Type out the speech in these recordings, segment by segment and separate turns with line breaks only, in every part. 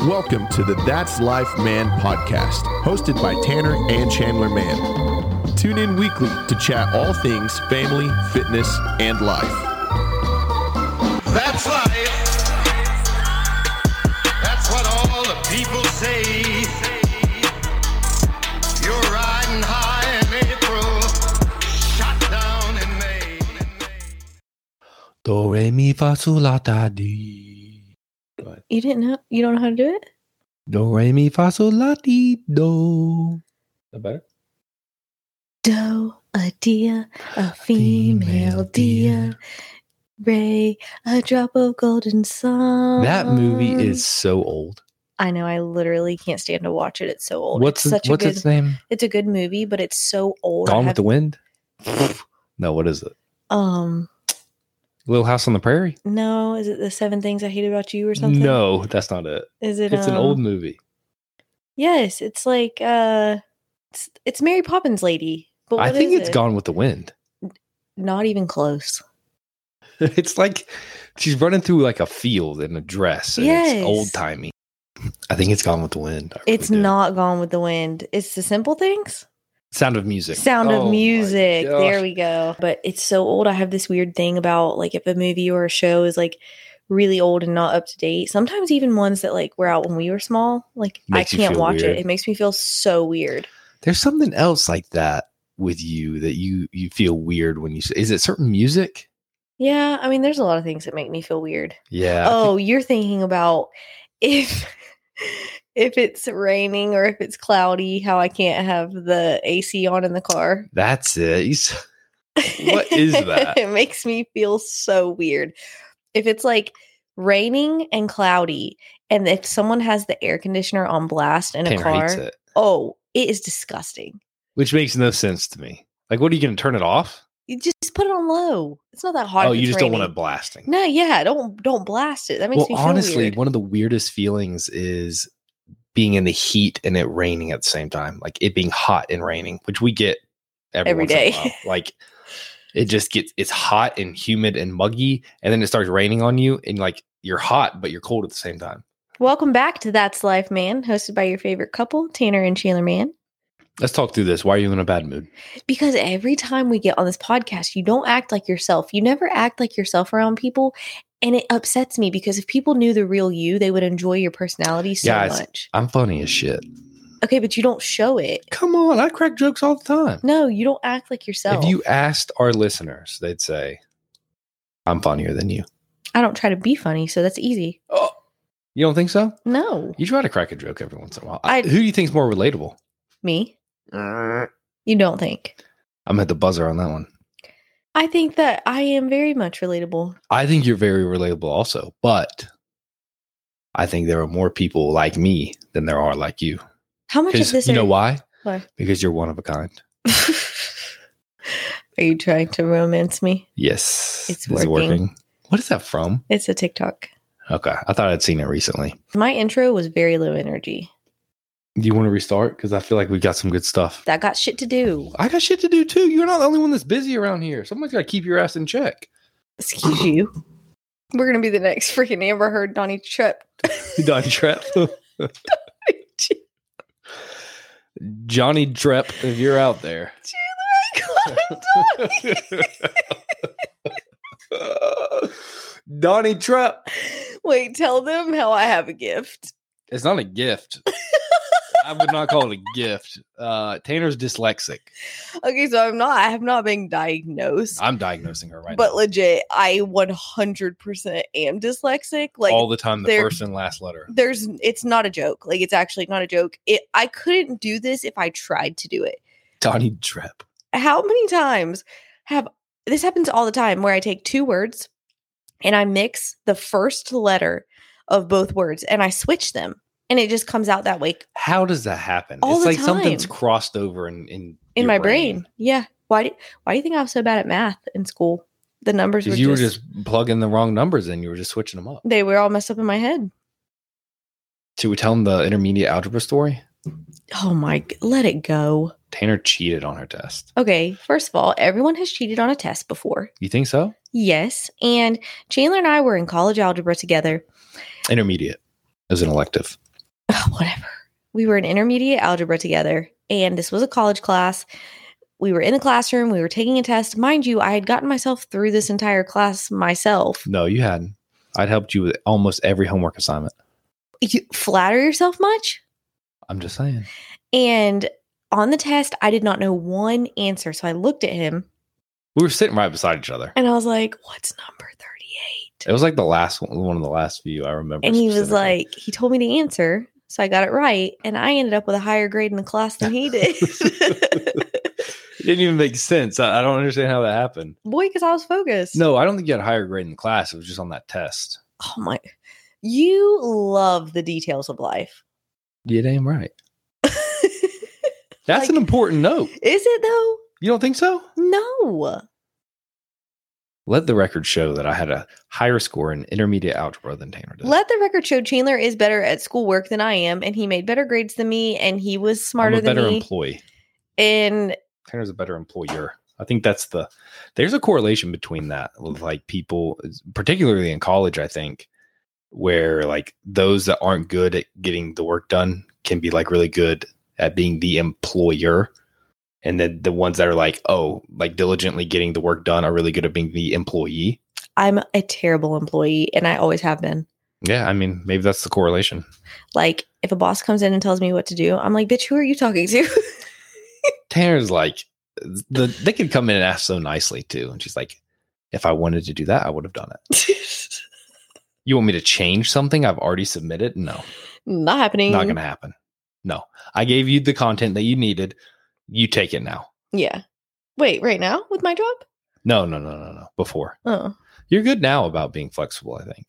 Welcome to the That's Life Man podcast, hosted by Tanner and Chandler Mann. Tune in weekly to chat all things family, fitness, and life.
That's life. That's what all the people say. You're riding high in April, shot down in May.
Do re mi fa sol la da di.
You didn't know? You don't know how to do it?
Do re mi fa sol la di do. That better?
Doe, a deer, a female deer, ray, a drop of golden sun.
That movie
Um,
is so old.
I know. I literally can't stand to watch it. oh, It's so old.
What's its,
it's such
what's
a good?
its name?
It's a good movie, but it's so old. I
Gone with
have-
the Wind. no, what is it?
um,
Little House on the Prairie.
no, is it the Seven Things I Hate About You or something?
No, that's not it.
is it?
It's an old
um,
movie.
Yes, it's like uh, it's, it's Mary Poppins lady. But
I
what
think
is
it's
it?
Gone with the Wind.
Not even close.
It's like she's running through like a field in a dress. And
Yes.
It's old timey. I think it's Gone with the Wind. I really
It's
do.
not Gone with the Wind. It's the simple things.
Sound of Music.
Sound
Oh
of
my
Music.
gosh.
There we go. But it's so old. I have this weird thing about like if a movie or a show is like really old and not up to date. Sometimes even ones that like were out when we were small, like
Makes
I
you
can't
feel
watch
weird.
it. It makes me feel so weird.
There's something else like that with you that you you feel weird when you say. Is it certain music?
Yeah, I mean, there's a lot of things that make me feel weird.
Yeah. I think-
Oh, you're thinking about if if it's raining or if it's cloudy, how I can't have the AC on in the car.
that's it. You s- What is that?
it makes me feel so weird. If it's like raining and cloudy, and if someone has the air conditioner on blast in a
Tanner
car,
hates it,
oh, it is disgusting.
which makes no sense to me. Like, what are you going to turn it off?
You just put it on low. It's not that hard.
oh, you just don't want it blasting.
No, yeah, don't don't blast it. That makes
well,
me feel
honestly,
weird.
one of the weirdest feelings is being in the heat and it raining at the same time, like it being hot and raining, which we get every,
Every
once in a
day.
while. Like it just gets it's hot and humid and muggy, and then it starts raining on you, and like you're hot but you're cold at the same time.
Welcome back to That's Life, man, hosted by your favorite couple, Tanner and Chandler Man.
Let's talk through this. Why are you in a bad mood?
Because every time we get on this podcast, you don't act like yourself. You never act like yourself around people. And it upsets me because if people knew the real you, they would enjoy your personality so
Guys.
much.
I'm funny as shit.
Okay, but you don't show it.
Come on, I crack jokes all the time.
No, you don't act like yourself.
If you asked our listeners, they'd say, I'm funnier than you.
I don't try to be funny, so that's easy.
Oh, you don't think so?
No,
You try to crack a joke every once in a while.
I-
Who do you think's more relatable?
me.
I'm
You don't think.
at the buzzer on that one.
I think that I am very much relatable.
I think you're very relatable also, but I think there are more people like me than there are like you.
How much of
Because
this
you
are
know why?
Why?
Because you're one of a kind.
Are you trying to romance me?
Yes.
It's
Is it
working.
What is that from?
It's a TikTok.
Okay. I thought I'd seen it recently.
My intro was very low energy.
Do you want to restart? Because I feel like we've got some good stuff.
That got shit to do.
I got shit to do too. You're not the only one that's busy around here. Someone's got to keep your ass in check.
Excuse you. We're gonna be the next freaking Amber Heard Donnie Trip.
Don Trep. Johnny Trep, if you're out there. Donnie Trep.
Wait, tell them how I have a gift.
It's not a gift. I would not call it a gift. Uh, Tanner's dyslexic.
Okay, so I'm not. I have not been diagnosed,
I'm diagnosing her right
but
now.
legit, I 100% am dyslexic. Like
All the time, the
they're-
first and last letter.
there's it's not a joke like it's actually not a joke it i couldn't do this if i tried to do it
Donnie Trep.
how many times have this happens all the time where i take two words and i mix the first letter of both words and i switch them and it just comes out that way
How does that happen?
All
it's
the
like something's
time.
crossed over in in,
in
your
my brain. yeah why do, why do you think i was so bad at math in school the numbers were,
Because you
just,
were just plugging the wrong numbers in, you were just switching them up.
they were all messed up in my head
Should we tell them the intermediate algebra story?
oh my g- let it go
Tanner cheated on her test.
okay first of all everyone has cheated on a test before
You think so?
Yes. And Chandler and I were in college algebra together.
Intermediate as an elective.
Ugh, whatever. We were in intermediate algebra together, and this was a college class. We were in the classroom, we were taking a test. Mind you, I had gotten myself through this entire class myself.
No, you hadn't. I'd helped you with almost every homework assignment.
You flatter yourself much?
I'm just saying.
And on the test, I did not know one answer. So I looked at him
We were sitting right beside each other.
and I was like, What's number 38?
It was like the last one, one of the last few I remember.
And he was
specifically.
like, he told me to answer. So I got it right. And I ended up with a higher grade in the class than he did.
it didn't even make sense. I, I don't understand how that happened.
Boy, because I was focused.
No, I don't think you had a higher grade in the class. It was just on that test.
Oh my. You love the details of life.
You damn right.
Is
That's
Like-
an important note.
it though?
You don't think so?
No.
Let the record show that I had a higher score in intermediate algebra than Tanner did.
Let the record show Chandler is better at schoolwork than I am, and he made better grades than me, and he was
I'm
smarter
a
than
better
me.
employee.
and
Tanner's a better employer. I think that's the there's a correlation between that with like people, particularly in college. I think where like those that aren't good at getting the work done can be like really good at being the employer, and then the ones that are like oh like diligently getting the work done are really good at being the employee.
I'm a terrible employee, and I always have been.
Yeah, I mean maybe that's the correlation.
Like, if a boss comes in and tells me what to do, I'm like, bitch, who are you talking to?
Tanner's like the they could come in and ask so nicely too, and she's like, if I wanted to do that, I would have done it. You want me to change something I've already submitted? No.
Not happening.
Not going to happen. No. I gave you the content that you needed. You take it now.
Yeah. Wait, right now with my job?
No, no, no, no, no. Before.
Oh,
You're good now about being flexible, I think.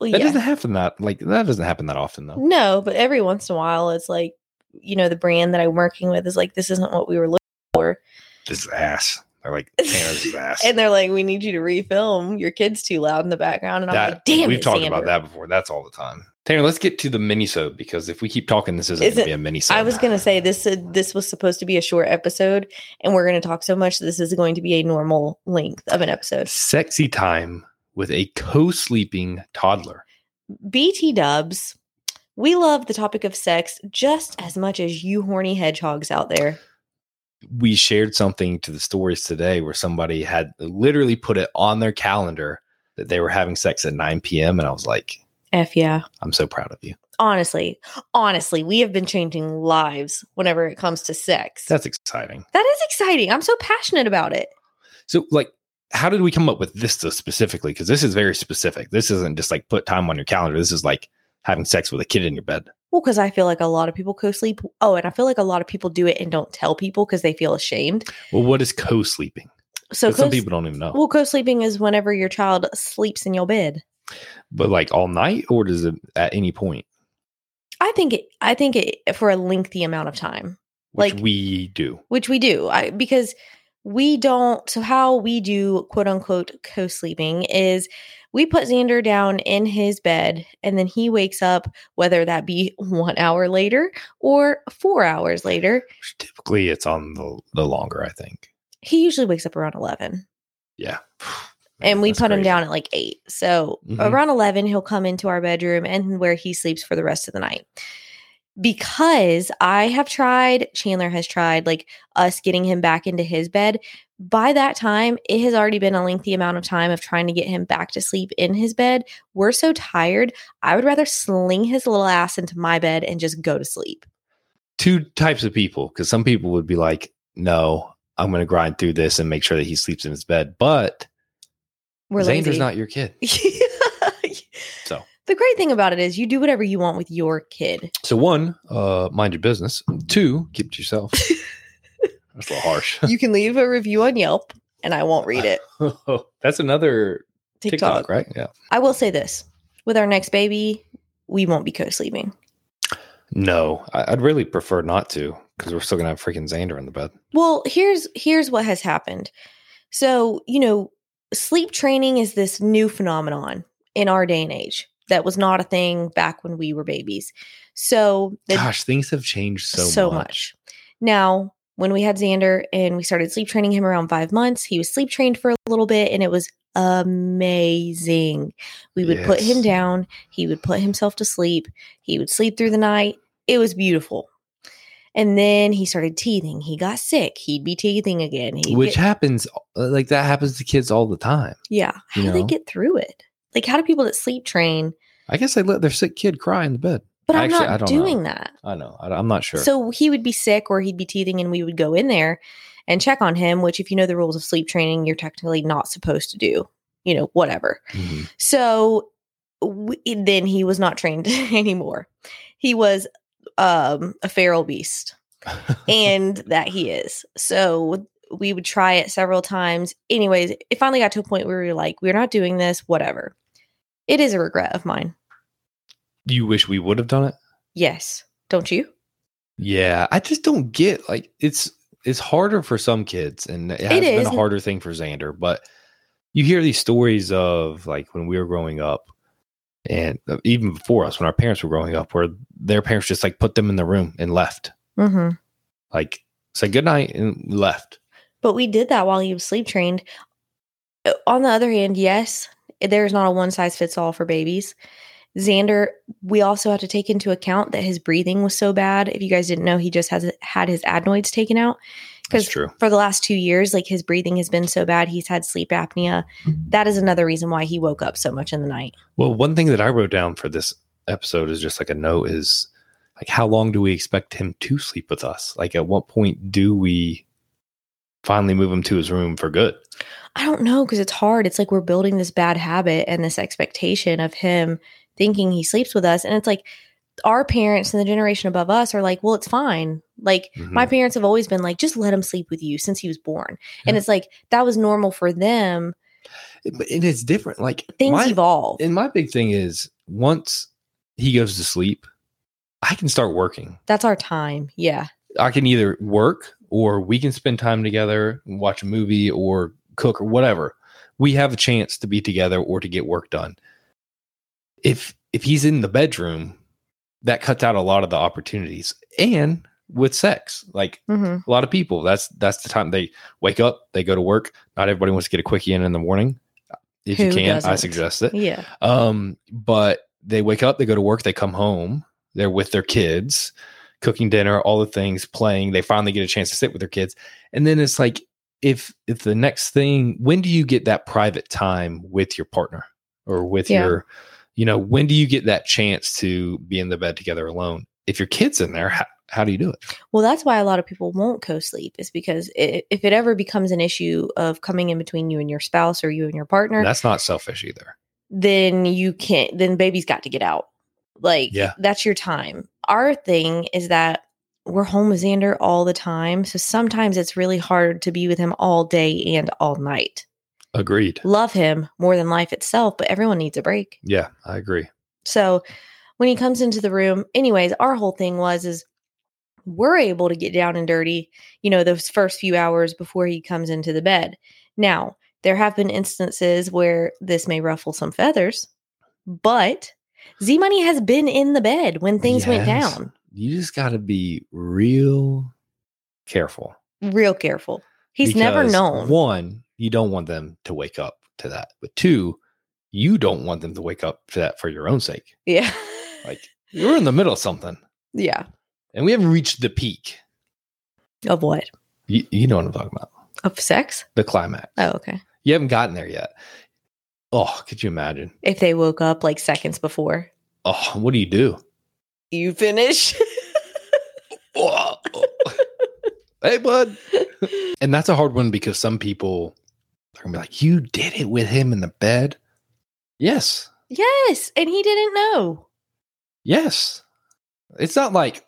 well,
That
yeah. Mm.
doesn't happen that like that doesn't happen that often though.
No, but every once in a while, it's like, you know, the brand that I'm working with is like, this isn't what we were looking for.
This is ass. They're like Tanner's is ass.
And they're like, we need you to refilm. Your kid's too loud in the background. And I'm like, damn
we've
it,
talked
Xander.
about that before. That's all the time. Tanner, let's get to the mini because if we keep talking, this isn't
Is
gonna
it-
be a mini
I was gonna say this. Uh, this was supposed to be a short episode, and we're gonna talk so much. This is going to be a normal length of an episode.
sexy time with a co-sleeping toddler.
BT Dubs, we love the topic of sex just as much as you horny hedgehogs out there.
we shared something to the stories today where somebody had literally put it on their calendar that they were having sex at 9 p.m. And I was like,
F yeah.
I'm so proud of you.
honestly, honestly, we have been changing lives whenever it comes to sex.
That's exciting.
that is exciting. I'm so passionate about it.
So, like, how did we come up with this though specifically? Because this is very specific. This isn't just like put time on your calendar. This is like having sex with a kid in your bed.
Well, because I feel like a lot of people co sleep. Oh, and I feel like a lot of people do it and don't tell people because they feel ashamed.
Well, what is co sleeping?
So,
some
co-
people don't even know.
well, co sleeping is whenever your child sleeps in your bed.
but like all night, or does it at any point?
I think it, I think it eh, for a lengthy amount of time,
Which
Like-
we do.
which we do I, because we don't. So, how we do quote unquote co sleeping is we put Xander down in his bed and then he wakes up, whether that be one hour later or four hours later.
Typically, it's on the, the longer, I think.
He usually wakes up around 11
Yeah.
and we
Oh, That's
put him
crazy.
down at like eight. So
Mhm.
around 11, he'll come into our bedroom and where he sleeps for the rest of the night. Because I have tried, Chandler has tried, like us getting him back into his bed. By that time, it has already been a lengthy amount of time of trying to get him back to sleep in his bed. We're so tired. I would rather sling his little ass into my bed and just go to sleep.
two types of people because some people would be like, no, I'm going to grind through this and make sure that he sleeps in his bed. But
We're
Xander's
lazy.
not your kid. So.
the great thing about it is you do whatever you want with your kid.
So, one, uh, mind your business. Two, keep it to yourself. That's a little harsh.
you can leave a review on Yelp and I won't read it.
That's another
TikTok.
TikTok, right? Yeah.
I will say this with our next baby, we won't be co sleeping.
No, I- I'd really prefer not to because we're still going to have freaking Xander in the bed.
Well, here's here's what has happened. So, you know, sleep training is this new phenomenon in our day and age that was not a thing back when we were babies. So the
Gosh, things have changed so, much.
Now, when we had Xander and we started sleep training him around five months, he was sleep trained for a little bit and it was amazing. We would put
Yes.
him down, he would put himself to sleep, he would sleep through the night. It was beautiful. And then he started teething. He got sick. He'd be teething again. He'd
Which
get-
happens uh, like that happens to kids all the time.
yeah. How
you
do they
know?
get through it? Like, how do people that sleep train?
I guess they let their sick kid cry in the bed.
But I'm
Actually, I
not
don't know.
doing that.
I know. I, am not sure.
So he would be sick or he'd be teething, and we would go in there and check on him, which, if you know the rules of sleep training, you're technically not supposed to do, you know, whatever.
Mhm.
So w then he was not trained anymore. He was um, a feral beast, and that he is. So we would try it several times. Anyways, it finally got to a point where we were like, we're not doing this, whatever. It is a regret of mine.
you wish we would have done it.
Yes. Don't you?
Yeah, I just don't get like it's it's harder for some kids, and it has been
is.
a harder thing for Xander. But you hear these stories of like when we were growing up, and uh, even before us, when our parents were growing up, where their parents just like put them in the room and left,
Mm-hmm.
like said good night and left.
But we did that while he was sleep trained. Uh, On the other hand, yes, there's not a one size fits all for babies. Xander, we also have to take into account that his breathing was so bad. If you guys didn't know, he just has had his adenoids taken out
That's
because
true.
for the last two years, like his breathing has been so bad, he's had sleep apnea. That is another reason why he woke up so much in the night.
Well, one thing that I wrote down for this episode is just like a note is like how long do we expect him to sleep with us? Like at what point do we finally move him to his room for good?
I don't know because it's hard. It's like we're building this bad habit and this expectation of him thinking he sleeps with us. And it's like our parents and the generation above us are like, well, it's fine. Like
Mm-hmm.
my parents have always been like, just let him sleep with you since he was born. And
Yeah.
it's like that was normal for them.
But and it's different. Like
Things
my,
evolve.
and my big thing is once he goes to sleep, I can start working.
That's our time. Yeah.
I can either work or we can spend time together, watch a movie or cook or whatever. We have a chance to be together or to get work done. If if he's in the bedroom, that cuts out a lot of the opportunities. And with sex, like
hmm
a lot of people that's that's the time they wake up they go to work not everybody wants to get a quickie in in the morning if you
Who
can i
doesn't?
suggest it
Yeah.
um but they wake up they go to work they come home they're with their kids cooking dinner all the things playing they finally get a chance to sit with their kids and then it's like if if the next thing when do you get that private time with your partner or with
Yeah.
your you know when do you get that chance to be in the bed together alone if your kids in there how, how do you do it
Well, that's why a lot of people won't co sleep, is because i if it ever becomes an issue of coming in between you and your spouse or you and your partner,
that's not selfish either
then you can't then baby's got to get out like
Yeah.
that's your time our thing is that we're home with xander all the time so sometimes it's really hard to be with him all day and all night
Agreed.
love him more than life itself but everyone needs a break
Yeah, I agree.
so when he comes into the room, anyways, our whole thing was is we're able to get down and dirty, you know, those first few hours before he comes into the bed. Now, there have been instances where this may ruffle some feathers, but Z Money has been in the bed when things went
Yes.
down.
You just got to be real careful.
Real careful. He's never
because,
known.
One, you don't want them to wake up to that. But two, you don't want them to wake up to that for your own sake.
yeah.
Like you're in the middle of something
yeah.
and we haven't reached the peak.
Of what?
You, you know what I'm talking about.
Of sex?
The climax.
Oh, okay.
You haven't gotten there yet. Oh, could you imagine?
If they woke up like seconds before,
Oh, what do you do?
you finish.
Oh. hey, bud. and that's a hard one because some people are gonna be like, "You did it with him in the bed." Yes,
yes. And he didn't know.
yes. It's not like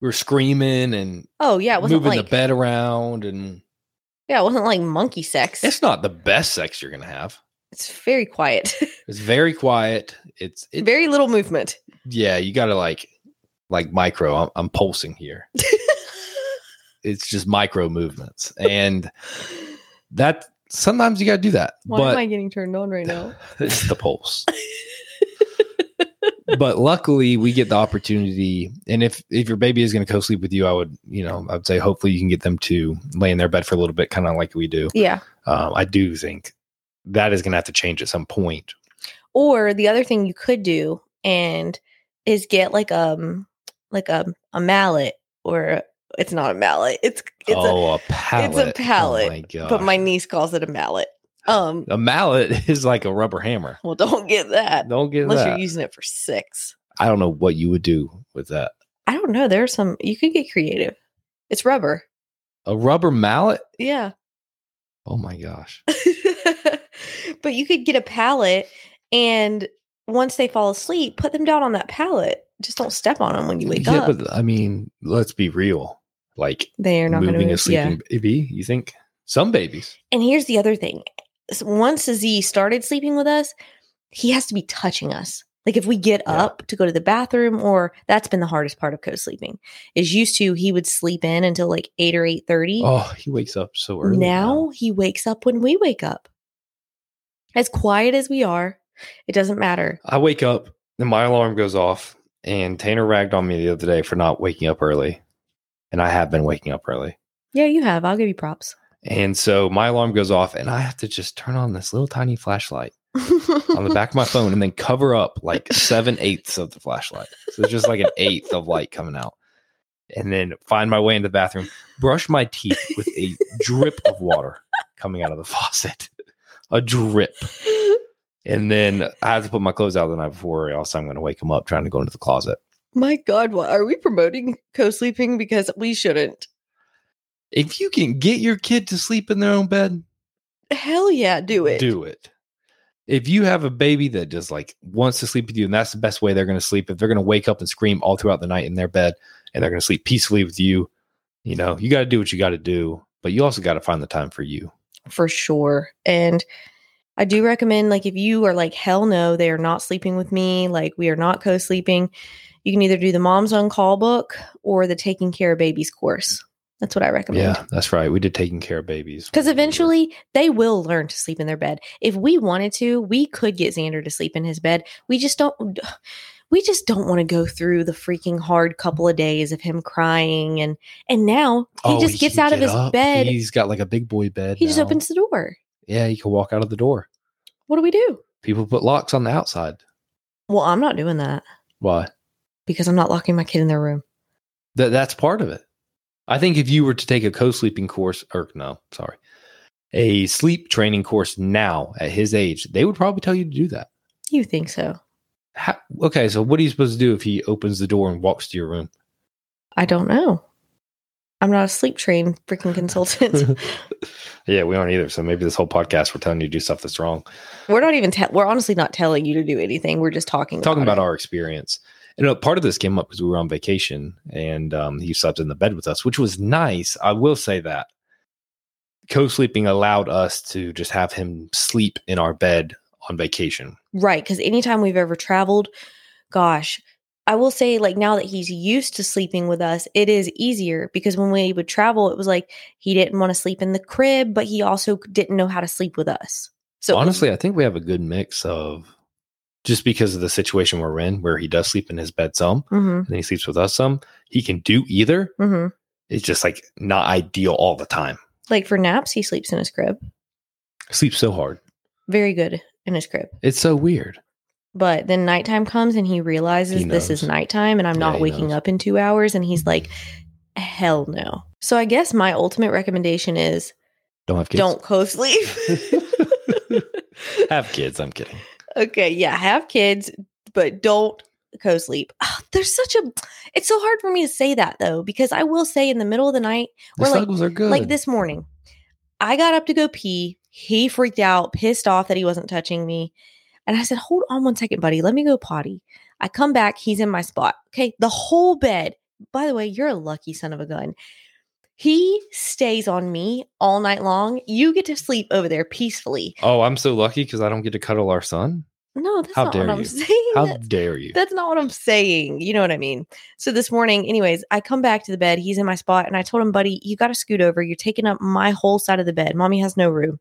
we're screaming and
Oh yeah, it wasn't
moving
like
the bed around, and
yeah, it wasn't like monkey sex. It's,
it's not the best sex you're gonna have.
very quiet,
It's very quiet. It's it,
very little movement.
yeah. You gotta like like micro. I'm, I'm pulsing here. It's just micro movements, and that sometimes you gotta do that.
Why
but
am I getting turned on right now?
it's the pulse. but luckily, we get the opportunity. And if if your baby is going to co-sleep with you, I would you know I would say hopefully you can get them to lay in their bed for a little bit, kind of like we do.
Yeah,
Um, I do think that is going to have to change at some point.
Or the other thing you could do and is get like um like a a mallet or it's not a mallet. It's it's a
oh, a, pallet.
pallet,
Oh my god.
but my niece calls it a mallet. Um
a mallet is like a rubber hammer.
well don't get that
Don't get
unless
that.
you're using it for six.
I don't know what you would do with that.
I don't know. There's some you could get creative. It's rubber.
A rubber mallet?
Yeah.
Oh my gosh.
but you could get a pallet and once they fall asleep, put them down on that pallet. Just don't step on them when you wake
yeah,
up.
but I mean, let's be real. Like
They're not going to
moving a
move. Yeah.
sleeping baby, you think? Some babies.
And here's the other thing. S- Once Z started sleeping with us, he has to be touching us. Like if we get
Yeah.
up to go to the bathroom, or that's been the hardest part of co-sleeping. Is used to he would sleep in until like eight or eight thirty.
Oh, he wakes up so early.
now he wakes up when we wake up. As quiet as we are, it doesn't matter.
I wake up and my alarm goes off, and Tanner ragged on me the other day for not waking up early. And I have been waking up early.
Yeah, you have. I'll give you props.
And so my alarm goes off, and I have to just turn on this little tiny flashlight on the back of my phone and then cover up like seven eighths of the flashlight. So it's just like an eighth of light coming out. And then find my way into the bathroom, brush my teeth with a drip of water coming out of the faucet. A drip. And then I have to put my clothes out the night before, or else I'm going to wake them up trying to go into the closet.
My God, why are we promoting co-sleeping? Because we shouldn't.
If you can get your kid to sleep in their own bed,
Hell yeah, do it.
Do it. If you have a baby that just like wants to sleep with you, and that's the best way they're going to sleep, if they're going to wake up and scream all throughout the night in their bed and they're going to sleep peacefully with you, you know, you got to do what you got to do, but you also got to find the time for you.
for sure. And I do recommend, like, if you are like, hell no, they are not sleeping with me, like, we are not co sleeping, you can either do the Moms on Call book or the Taking Care of Babies course. That's what I recommend.
Yeah, that's right. We did taking care of babies.
Because eventually they will learn to sleep in their bed. If we wanted to, we could get Xander to sleep in his bed. We just don't. We just don't want to go through the freaking hard couple of days of him crying and and now he
Oh,
just gets
can
out of
get
his
up.
bed. He
He's got like a big boy bed.
just
now.
opens the door.
Yeah, he can walk out of the door.
What do we do?
People put locks on the outside.
Well, I'm not doing that
Why?
because I'm not locking my kid in their room.
That that's part of it. I think if you were to take a co-sleeping course, or no, sorry, a sleep training course now at his age, they would probably tell you to do that.
You think so?
How, okay, so what are you supposed to do if he opens the door and walks to your room?
I don't know. I'm not a sleep trained freaking consultant.
yeah, we aren't either. So maybe this whole podcast we're telling you to do stuff that's wrong.
we're not even. Te- we're honestly not telling you to do anything. We're just talking.
Talking about
it.
our experience. And uh, part of this came up because we were on vacation and um, he slept in the bed with us, which was nice. I will say that. Co sleeping allowed us to just have him sleep in our bed on vacation.
Right. Because anytime we've ever traveled, gosh, I will say, like, now that he's used to sleeping with us, it is easier because when we would travel, it was like he didn't want to sleep in the crib, but he also didn't know how to sleep with us. So it was-
honestly, I think we have a good mix of just because of the situation we're in, where he does sleep in his bed some,
Mhm,
and then he sleeps with us some. He can do either.
mhm.
It's just like not ideal all the time.
like for naps, he sleeps in his crib.
Sleeps so hard.
Very good in his crib.
It's so weird.
But then nighttime comes and he realizes
He
this is
knows.
nighttime and I'm
Yeah,
not
he
waking
knows.
up in two hours. And he's like, hell no. So I guess my ultimate recommendation is
Don't have kids.
don't co sleep.
have kids. I'm kidding.
Okay, yeah, have kids, but don't co-sleep. Ah, there's such a it's so hard for me to say that though, because I will say in the middle of the night,
The
We're like-
snuggles are good.
like this morning, I got up to go pee. He freaked out, pissed off that he wasn't touching me. And I said, Hold on one second, buddy. Let me go potty. I come back, he's in my spot. Okay, the whole bed. By the way, you're a lucky son of a gun. He stays on me all night long. You get to sleep over there peacefully.
Oh, I'm so lucky because I don't get to cuddle our son.
No, that's
How
not
dare
what I'm
you.
saying.
How
That's-
dare you?
that's not what I'm saying. You know what I mean? So this morning, anyways, I come back to the bed. He's in my spot. And I told him, buddy, you got to scoot over. You're taking up my whole side of the bed. Mommy has no room.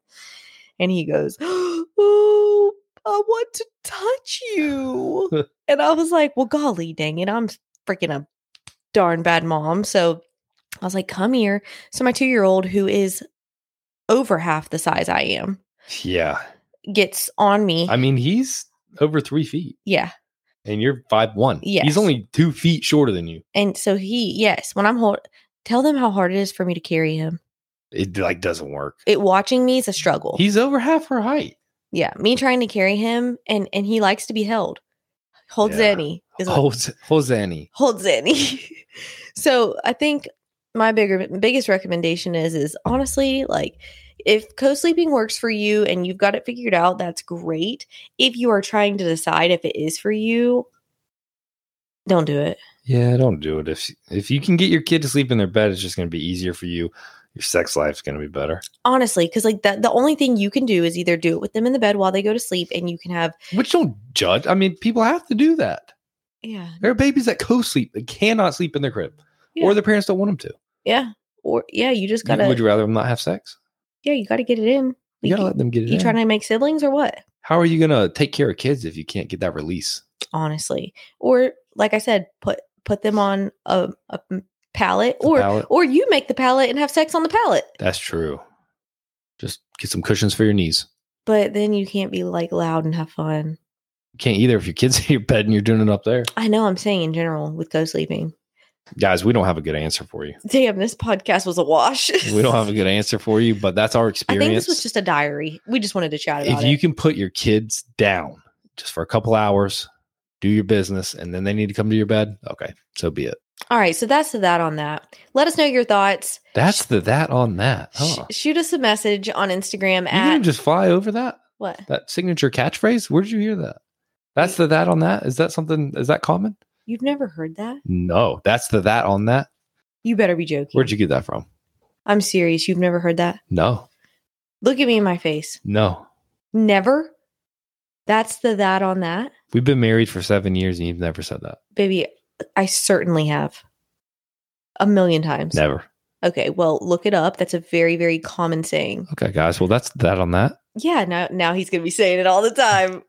And he goes, Oh, I want to touch you. and I was like, Well, golly dang it. I'm freaking a darn bad mom. So I was like, Come here. So my two year old, who is over half the size I am,
yeah.
gets on me.
I mean, he's over three feet
yeah.
and you're five one.
Yes.
He's only two feet shorter than you.
And so he, yes, when I'm hold tell them how hard it is for me to carry him.
It like doesn't work.
It watching me is a struggle.
He's over half her height.
yeah, me trying to carry him and and he likes to be held. Holds
Yeah.
Zanny is what-
Hos- Hosanny.
holds Zanny. so I think my bigger biggest recommendation is is honestly like if co-sleeping works for you and you've got it figured out, that's great. If you are trying to decide if it is for you, don't do it.
Yeah, don't do it. If if you can get your kid to sleep in their bed, it's just going to be easier for you. Your sex life's going to be better.
Honestly, because like that the only thing you can do is either do it with them in the bed while they go to sleep and you can have
Which don't judge. I mean, people have to do that.
yeah.
There are babies that co-sleep that cannot sleep in their crib,
Yeah.
or their parents don't want them to.
Yeah. Or yeah, you just
You-
gotta
Would you rather them not have sex?
yeah, you gotta get it in.
You
Like,
gotta let them get it.
you
in.
trying to make siblings or what?
How are you gonna take care of kids if you can't get that release?
honestly or like i said put put them on a, a m- pallet
The
or
pallet?
or you make the pallet and have sex on the pallet
That's true. Just get some cushions for your knees.
but then you can't be like loud and have fun
You can't either if your kids in your bed and you're doing it up there.
i know i'm saying in general with go sleeping
Guys, we don't have a good answer for you.
damn this podcast was a wash
We don't have a good answer for you, but that's our
i
experience.
think this was just a diary we just wanted to chat about
if you
it
can put your kids down just for a couple hours, do your business, and then they need to come to your bed. Okay, so be it.
all right so that's the that on that let us know your thoughts
That's the that on that.
Sh-
Huh?
shoot us a message on instagram
You
at
didn't just fly over that
what
that signature catchphrase. Where did you hear that? That's the that on that. Is that something? Is that common?
you've never heard that
No, that's the that on that.
you better be joking
Where'd you get that from?
i'm serious you've never heard that
No,
look at me in my face
no.
Never. That's the that on that.
We've been married for seven years and you've never said that.
Baby, I certainly have. A million times.
Never.
Okay, well, look it up. That's a very, very common saying.
Okay, guys. Well, that's that on that.
Yeah, now now he's gonna be saying it all the time.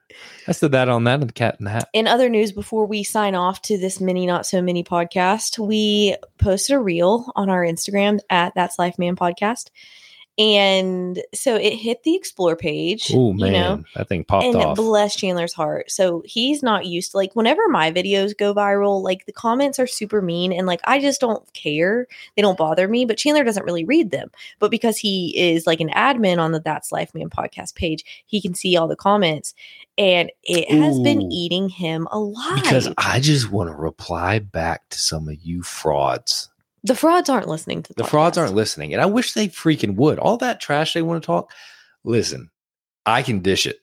That's the that on that and the cat in the hat.
In other news, before we sign off to this mini not so mini podcast, we posted a reel on our Instagram at That's Life Man Podcast. And so it hit the explore page.
Oh man,
You know,
that thing popped
and
off.
bless Chandler's heart. So he's not used to like whenever my videos go viral, like the comments are super mean and like I just don't care. They don't bother me, but Chandler doesn't really read them. But because he is like an admin on the That's Life Man podcast page, he can see all the comments and it has been
Ooh.
eating him alive.
because I just want to reply back to some of you frauds.
the frauds aren't listening to the
The frauds
podcast.
aren't listening, and I wish they freaking would. All that trash they want to talk. Listen, I can dish it.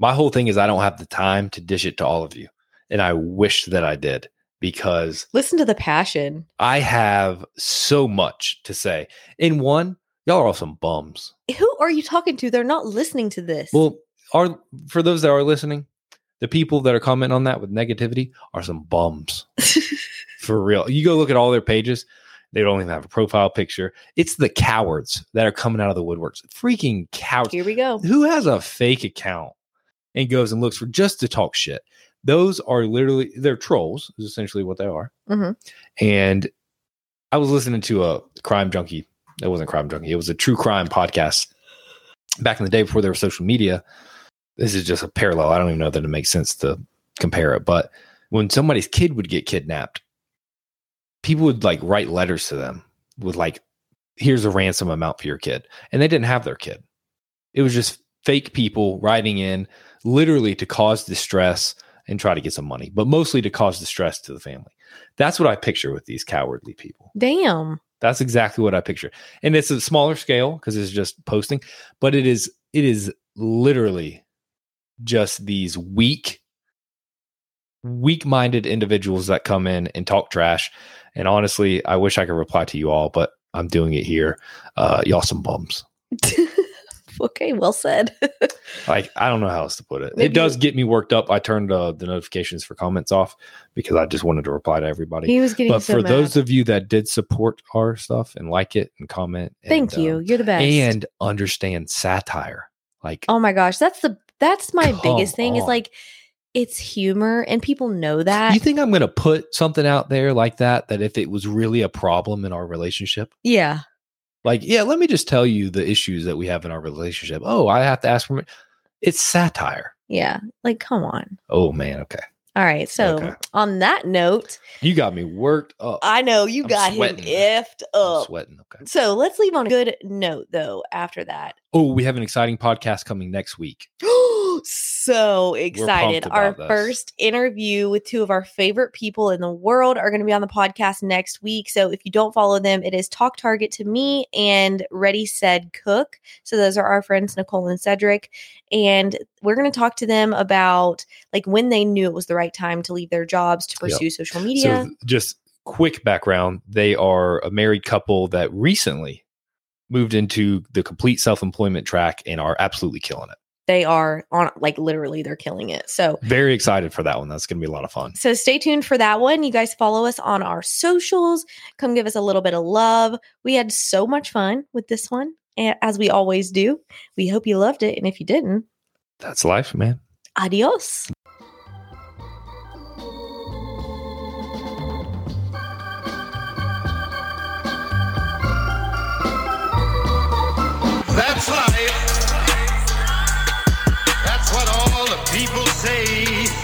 My whole thing is I don't have the time to dish it to all of you, and I wish that I did because
listen to the passion.
I have so much to say. In one, y'all are all some bums.
Who are you talking to? They're not listening to this.
Well, are for those that are listening, the people that are commenting on that with negativity are some bums. for real. You go look at all their pages, they don't even have a profile picture. It's the cowards that are coming out of the woodworks. Freaking cowards.
here we go.
Who has a fake account and goes and looks for just to talk shit? Those are literally they're trolls, is essentially what they are.
Mhm.
And I was listening to a crime junkie. It wasn't crime junkie, it was a true crime podcast back in the day before there was social media. This is just a parallel. I don't even know that it makes sense to compare it, but when somebody's kid would get kidnapped, people would like write letters to them with like, here's a ransom amount for your kid. And they didn't have their kid. It was just fake people writing in literally to cause distress and try to get some money, but mostly to cause distress to the family. That's what I picture with these cowardly people.
Damn.
That's exactly what I picture. And it's a smaller scale because it's just posting, but it is it is literally just these weak weak-minded individuals that come in and talk trash. And honestly, I wish I could reply to you all, but I'm doing it here. Uh y'all some bums.
okay, well said.
Like I don't know how else to put it.
Maybe-
It does get me worked up. I turned uh, the notifications for comments off because I just wanted to reply to everybody.
he was getting
but
so
for
mad.
those of you that did support our stuff and like it and comment, and,
Thank you.
um,
You're the best.
and understand satire. Like
oh my gosh, that's the that's my
Come
biggest thing is
on.
like it's humor and people know that.
you think I'm going to put something out there like that that if it was really a problem in our relationship,
yeah.
like yeah, let me just tell you the issues that we have in our relationship. Oh, I have to ask for. It's satire.
Yeah. Like, come on.
Oh man, okay.
All right. So,
Okay.
on that note,
You got me worked up.
I know you
I'm
got
sweating.
him effed
I'm
up.
sweating. Okay.
So, let's leave on a good note, though, after that.
Oh, we have an exciting podcast coming next week.
so excited.
pumped
Our
about this.
first interview with two of our favorite people in the world are going to be on the podcast next week. So if you don't follow them, it is Talk Target to Me and Ready Said Cook. So those are our friends, Nicole and Cedric. And we're going to talk to them about like when they knew it was the right time to leave their jobs to pursue social media.
So just quick background. They are a married couple that recently moved into the complete self-employment track and are absolutely killing it.
they are on like literally they're killing it. So
Very excited for that one. That's going to be a lot of fun.
So stay tuned for that one. You guys follow us on our socials. Come give us a little bit of love. We had so much fun with this one, a- as we always do. We hope you loved it. And if you didn't,
That's life, man.
adios.
That's life. That's what all the people say.